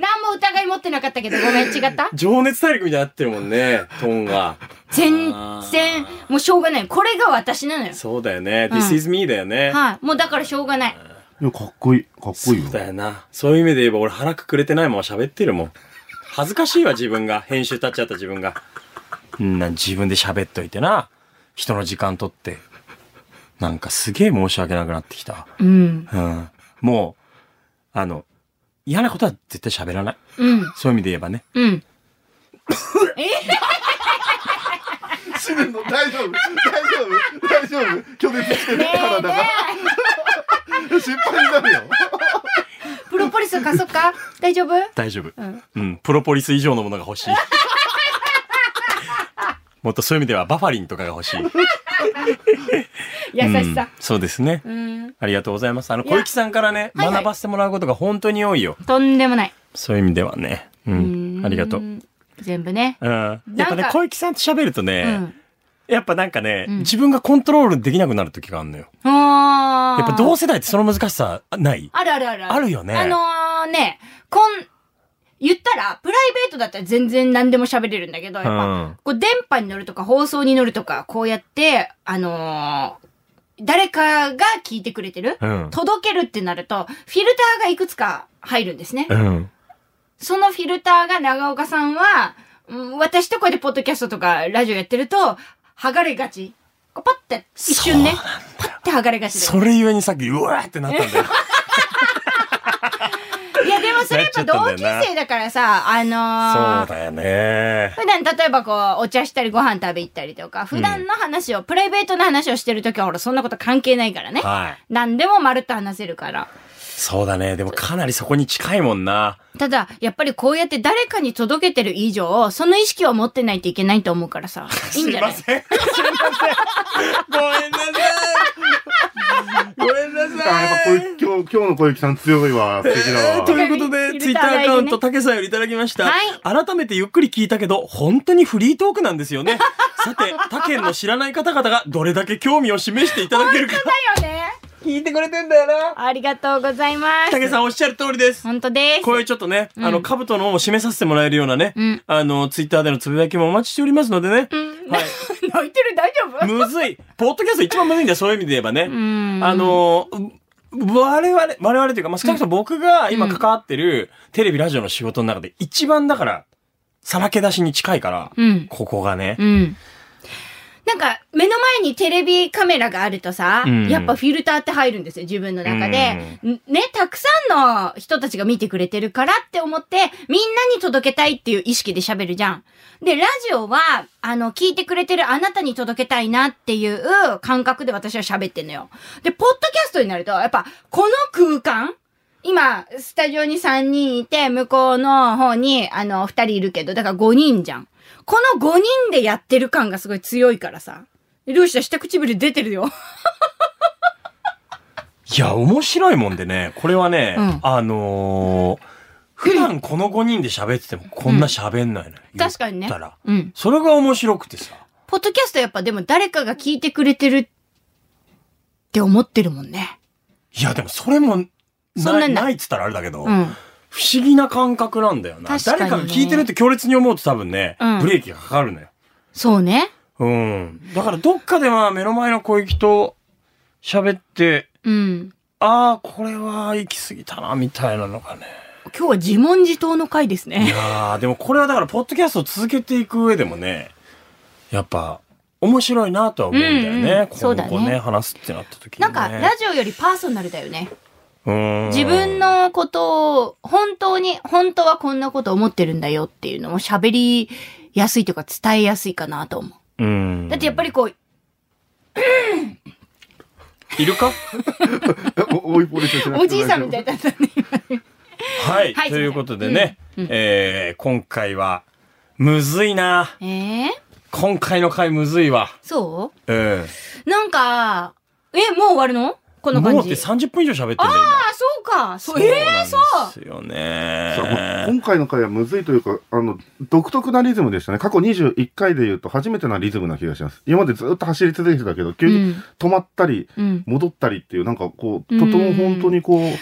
S3: 何も疑い持ってなかったけど、ごめん、違 った
S2: 情熱大陸みたいになってるもんねトーンが
S3: 全然、もうしょうがない。これが私なのよ。
S2: そうだよね、
S3: うん
S2: This is me だよね、
S3: はい。もうだからしょうがない。
S4: いや、かっこいい。かっこいいよ
S2: そう。だよなそういう意味で言えば俺腹くくれてないまま喋ってるもん恥ずかしいわ自分が編集立っちゃった自分がうんな自分で喋っといてな人の時間取ってなんかすげえ申し訳なくなってきた
S3: うん。
S2: うん。もう、あの、嫌なことは絶対喋らない。
S3: うん。
S2: そういう意味で言えばね。
S3: うん。
S4: 死ぬの大丈夫大丈夫大丈夫拒絶してる
S3: ねえね
S4: が。 失敗になるよ。
S3: え。プロポリス貸そ っか大丈夫
S2: 大丈夫。うんん、プロポリス以上のものが欲しい。 もっとそういう意味ではバファリンとかが欲しい。
S3: 優し
S2: うん
S3: さ。
S2: そうですね。
S3: うん。
S2: ありがとうございます。あの、
S3: いや
S2: 小雪さんからね、
S3: はいはい
S2: 学ばせてもらうことが本当に多いよ。
S3: とんでもない。
S2: そういう意味ではね。う。
S3: うん
S2: ありがとう。うん。。
S3: 全部ね。
S2: やっぱ
S3: なん
S2: ね
S3: か、
S2: 小雪さんと喋ると
S3: う
S2: ね
S3: ん、。
S2: やっぱなんかね、
S3: うん
S2: 自分がコントロールできなくなる時があるのよ。
S3: あ
S2: やっぱ同
S3: す
S2: 世代ってその難しさない
S3: あるあるある。
S2: あるよね
S3: あのーね、こん、言ったら、プライベートだったら全然何でも喋れるんだけど、やっぱ、
S2: うん
S3: こう電波に乗るとか放送に乗るとか、こうやって、あのー誰かが聞いてくれてる、
S2: うん
S3: 届けるってなると、フィルターがいくつか入るんですね。
S2: うん。
S3: そのフィルターが長岡さんは、うん私とこうやってポッドキャストとかラジオやってると、剥がれがち。こうパッて、一瞬ね。パッて剥がれがち
S2: それゆえにさっき、うわーってなったんだよ。
S3: で。いや、でもそれやっぱ同級生だからさ、 あ
S2: そう
S3: のー
S2: だよね。
S3: 普段例えばこう、お茶したりご飯食べ行ったりとか、普段の話を、プライベートな話をしてるときはほら、そんなこと関係ないからね。
S2: はい。
S3: 何でもまるっと話せるから。
S2: そうだね。でもかなりそこに近いもんな。
S3: ただ、やっぱりこうやって誰かに届けてる以上、その意識は持ってないといけないと思うからさ。いいんじゃない
S2: すいません。すいません。ごめんなさい。ごめんな
S4: あやっぱ
S2: さ
S4: 小
S2: い。
S4: 雪今日、今日の小雪さん強いわ。素敵だ
S2: えー
S4: わ
S2: と。いうこと
S3: フィ
S2: で、
S3: ルター
S2: ツイッターアカウント、たけさんよりいただきました。
S3: は
S2: 改めてゆっくり聞いたけど、本当にフリートークなんですよ ね。さて、他県の知らない方々がどれだけ興味を示していただけるか、
S3: だよね。
S2: 聞いてくれてんだよな。
S3: ありがとうございます。
S2: たけさんおっしゃる通りです。
S3: 本当です。
S2: こういうちょっとね、あの、かぶとのを締めさせてもらえるようなね、
S3: ん
S2: あの、ツイッターでのつぶやきもお待ちしておりますのでね。はい。
S3: 泣いてる大丈夫
S2: むずい。ポッドキャスト一番むずいんだよ、そういう意味で言えばね。
S3: ん
S2: あの、う我々、我々というか、まあ、少なくとも僕が今関わってるテレビ、ラジオの仕事の中で一番だから、さらけ出しに近いから、
S3: うん
S2: ここがね
S3: う。ん。なんか、目の前にテレビカメラがあるとさ、
S2: うん
S3: やっぱフィルターって入るんですよ、自分の中で。んね、たくさんの人たちが見てくれてるからって思って、みんなに届けたいっていう意識で喋るじゃん。で、ラジオは、あの、聞いてくれてるあなたに届けたいなっていう感覚で私は喋ってんのよ。で、ポッドキャストになると、やっぱ、この空間今、スタジオに3人いて、向こうの方に、あの、2人いるけど、だから5人じゃん。この5人でやってる感がすごい強いからさ。漁師だ、下唇出てるよ。
S2: いや、面白いもんでね、これはね、
S3: うん
S2: あのー普段この5人で喋っててもこんな喋んないのよ、
S3: 確かにね
S2: 言ったら。
S3: うん。
S2: それが面白くてさ。
S3: ポッドキャストやっぱでも誰かが聞いてくれてるって思ってるもんね。
S2: いや、でもそれも、
S3: そん
S2: な、
S3: ないんだ
S2: ないっつったらあれだけど、
S3: うん。
S2: 不思議な感覚なんだよな。
S3: 確かに
S2: 誰
S3: ね
S2: かが聞いてるって強烈に思うと多分ね、
S3: うん
S2: ブレーキがかかるのよ。
S3: そうね。
S2: うん。だからどっかでまあ目の前の小雪と喋って、
S3: うん。
S2: ああ、これは行き過ぎたな、みたいなのがね。
S3: 今日は自問自答の回です
S2: い
S3: ね。
S2: やー、でもこれはだから、ポッドキャストを続けていく上でもね、やっぱ、面白いなとは思うんだよね。
S3: うんう
S2: 今
S3: ん
S2: 後
S3: そうだね
S2: 話すってなった時に、ね。
S3: なんか、ラジオよりパーソナルだよね。
S2: うん
S3: 自分のことを、本当に、本当はこんなこと思ってるんだよっていうのも喋りやすいというか伝えやすいかなと思う。
S2: うん。
S3: だってやっぱりこう、
S2: いる か
S4: おおいぼれてしなくて
S3: おじいさんみたいだったね。
S2: はい、
S3: はい
S2: ということでね、えー今回は、むずいな。
S3: ええ
S2: 今回の回むずいわ。
S3: そ
S2: うん。
S3: うなんか、え、もう終わるのこの感じ。
S2: もうって30分以上喋ってんだよ、今。
S3: ああ、そうか。そう、ええそう。
S2: うですよね
S4: そうこ。今回の回はむずいというか、あの、独特なリズムでしたね。過去21回で言うと初めてなリズムな気がします。今までずっと走り続けてたけど、急
S3: う
S4: に
S3: ん
S4: 止まったり、
S3: うん
S4: 戻ったりっていう、なんかこう、
S3: うん
S4: とても本当にこう、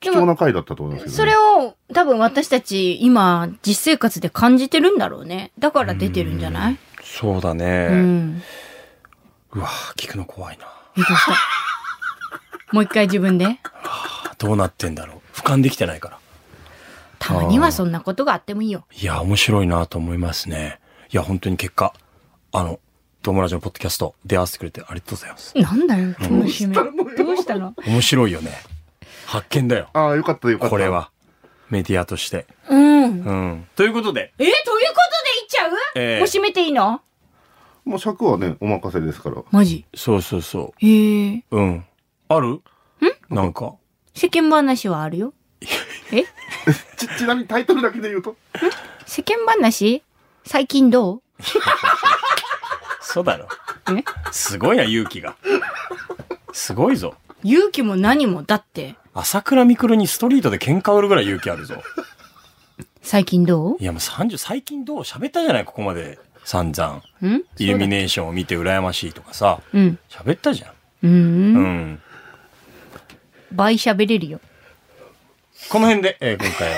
S4: 貴重な回だったと思いますけど、ね。
S3: それを多分私たち今実生活で感じてるんだろうね。だから出てるんじゃない
S2: そうだ
S3: う
S2: ね。
S3: ん。
S2: うわぁ聞くの怖いな。
S3: びっくり した。もう一回自分で。
S2: どうなってんだろう。俯瞰できてないから。
S3: たまにはそんなことがあってもいいよ。
S2: いや、面白いなと思いますね。いや、本当に結果、あの、友達のポッドキャスト出会わせてくれてありがとうございます。
S3: なんだよ、この締め。どうしたの
S2: 面白いよね。発見だよ。
S4: ああ、よかったよかった。
S2: これ。は。メディアとして。
S3: うん。
S2: うん。ということで、
S3: え、ということでいっちゃう、
S2: ええ
S3: もう締めていいの
S4: もう尺はね、お任せですから。
S3: マジ。
S2: そうそうそ
S3: へえ。
S2: う。うん。あるなんか。
S3: 世間話はあ るよ。え
S4: ち、ちなみにタイトルだけで言うと、
S3: 世間話最近どう
S2: そうだろ。
S3: え
S2: すごいな、勇気が。すごいぞ。
S3: 勇気も何もだって、
S2: 朝倉未来にストリートで喧嘩売るぐらい勇気あるぞ。
S3: 最近ど
S2: いや、もう30、最近どう喋ったじゃない、ここまで。散々。
S3: ううん
S2: イルミネーションを見て羨ましいとかさ。
S3: うん。
S2: 喋ったじゃん。う
S3: う。
S2: んん。
S3: 倍喋れるよ。
S2: この辺で、えー今回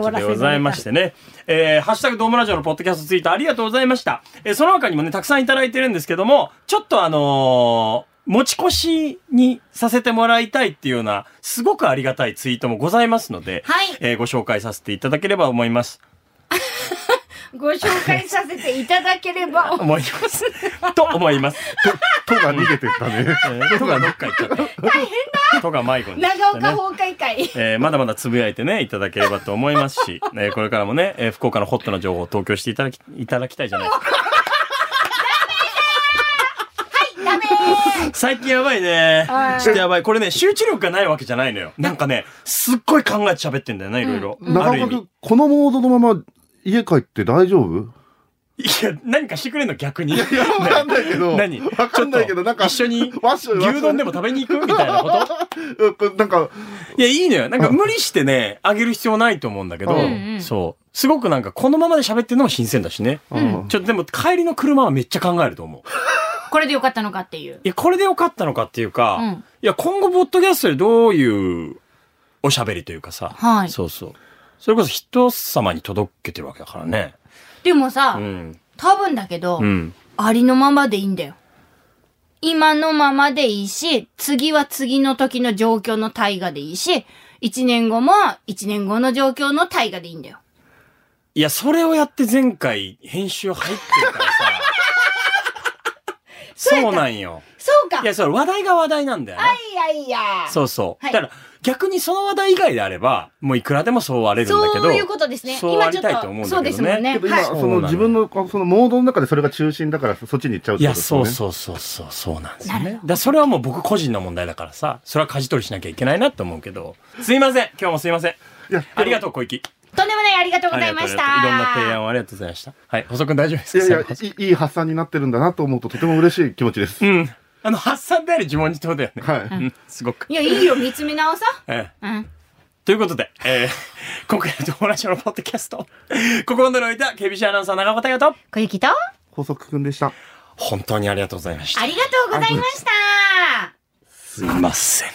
S2: は、開きでございましてね。えー、ハッシュタグドームラジオのポッドキャストツイートありがとうございました。えーその他にもね、たくさんいただいてるんですけども、ちょっとあのー持ち越しにさせてもらいたいっていうような、すごくありがたいツイートもございますので、
S3: はい
S2: えーご紹介させていただければ思います。
S3: ご紹介させていただければ、
S2: 思います。 と思います。
S4: とが逃げてったね。
S2: えーとがどっか行っちゃった。大変だとが迷子になっちゃ
S3: 長
S2: ったね
S3: 岡崩壊会。
S2: えーまだまだつぶやいてね、いただければと思いますし、えーこれからもね、えー福岡のホットな情報を東京していただき、いただきたいじゃないですか。
S3: ダメー
S2: 最近やばいね
S3: は。い
S2: ちょっとやばい。これね、集中力がないわけじゃないのよ。なんかね、すっごい考えて喋ってんだよね、いろいろ。あ
S4: 中
S2: る意
S4: 岡
S2: 味。
S4: 君、このモードのまま家帰って大丈夫
S2: いや、何かしてくれんの逆に。
S4: いや、わかんないけど。
S2: 何
S4: わかんないけど、なんか、
S2: 一緒に
S4: わっしょいわっしょい
S2: 牛丼でも食べに行くみたいなこと
S4: うんこれなんか、
S2: いや、いいのよ。なんか無理してね、あげる必要ないと思うんだけど
S4: うん
S3: う、ん
S2: そう。すごくなんかこのままで喋ってるのも新鮮だしね。
S4: うん
S2: ちょっとでも帰りの車はめっちゃ考えると思う。
S3: これでよかったのかっていう。
S2: いや、これでよかったのかっていうか、
S3: うん
S2: いや、今後、ポッドキャストでどういうおしゃべりというかさ、
S3: はい
S2: そうそう。それこそ人様に届けてるわけだからね。
S3: でもさ、
S2: うん。
S3: 多分だけど、
S2: うん。
S3: ありのままでいいんだよ。今のままでいいし、次は次の時の状況の大河でいいし、一年後も一年後の状況の大河でいいんだよ。
S2: いや、それをやって前回、編集入ってるからさ。そうなんよ。
S3: そうか
S2: いや、それ話題が話題なんだよね。
S3: いやいや
S2: そうそう。
S3: はい
S2: だから、逆にその話題以外であれば、もういくらでもそうあれるんだけど。
S3: そういうことですね。
S2: そうあ
S3: 今
S2: り
S3: ちょった
S2: い
S3: と、
S2: と思うんだけどね。
S3: そうですもんね。
S4: けど
S3: はい。
S4: 今、
S2: そう
S4: そ
S2: なの
S4: の自分の、そのモードの中でそれが中心だから、そっちに行っちゃうっ
S2: い
S4: てこ
S2: や、
S4: とですよ
S2: そ
S4: ね。
S2: うそうそうそう、そうなんですよね。だからそれはもう僕個人の問題だからさ、それは舵取りしなきゃいけないなと思うけど、すいません、今日もすいません。
S4: いや
S2: ありがとう、小池。
S3: とんでもないありがとうございました。
S2: ありがとうありがとういろんな提案をありがとうございました。はい、細くん大丈夫です
S4: い
S2: か
S4: やいや、
S2: 最後
S4: いいいい発散になってるんだなと思うと、とても嬉しい気持ちです。
S2: うん。あの、発散であり自問自答だよね。
S4: はい
S2: うん、すごく。
S3: いや、いいよ、見つめ直さ。
S2: ええ
S3: うん。
S2: ということで、えー、今回の友達のポッドキャスト、ここまでのおいた、警備士アナウンサー長岡大和と、
S3: 小雪と、あ
S4: 補足くんでした。
S2: 本当にありがとうございました。
S3: りがとうございました。
S2: すいません。